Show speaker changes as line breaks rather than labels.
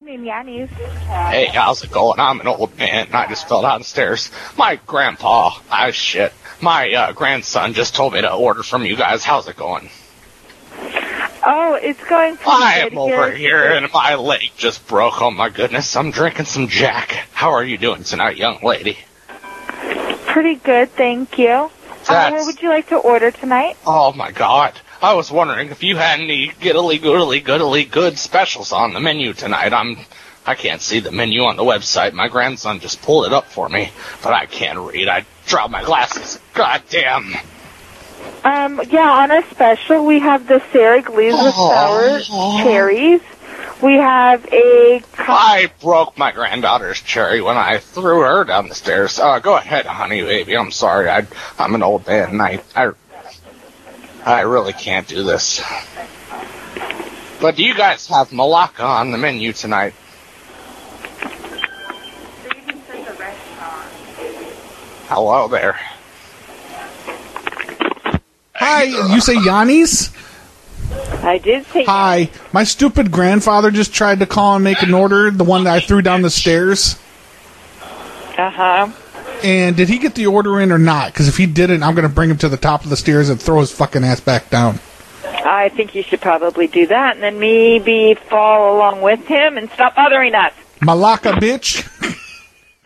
evening, Yannies.
Hey, how's it going? I'm an old man, and I just fell downstairs. My grandpa, ah, shit. My uh, grandson just told me to order from you guys. How's it going?
Oh, it's going pretty
I
good
am over here,
here.
and my leg just broke. Oh my goodness, I'm drinking some Jack. How are you doing tonight, young lady?
Pretty good, thank you. Uh,
That's-
what would you like to order tonight?
Oh my god. I was wondering if you had any giddily goodly goodly good specials on the menu tonight. I'm I can't see the menu on the website. My grandson just pulled it up for me, but I can't read. I dropped my glasses. God damn.
Um, yeah, on our special, we have the Sarah Glaze with sour cherries. We have a
I broke my granddaughter's cherry when I threw her down the stairs. Uh, go ahead, honey baby. I'm sorry. I, I'm an old man. And I, I, I really can't do this. But do you guys have Malacca on the menu tonight? Hello there.
Hi, you say Yanni's?
I did say
Hi, my stupid grandfather just tried to call and make an order, the one that I threw down the stairs.
Uh huh.
And did he get the order in or not? Because if he didn't, I'm going to bring him to the top of the stairs and throw his fucking ass back down.
I think you should probably do that, and then maybe follow along with him and stop bothering us.
Malacca, bitch.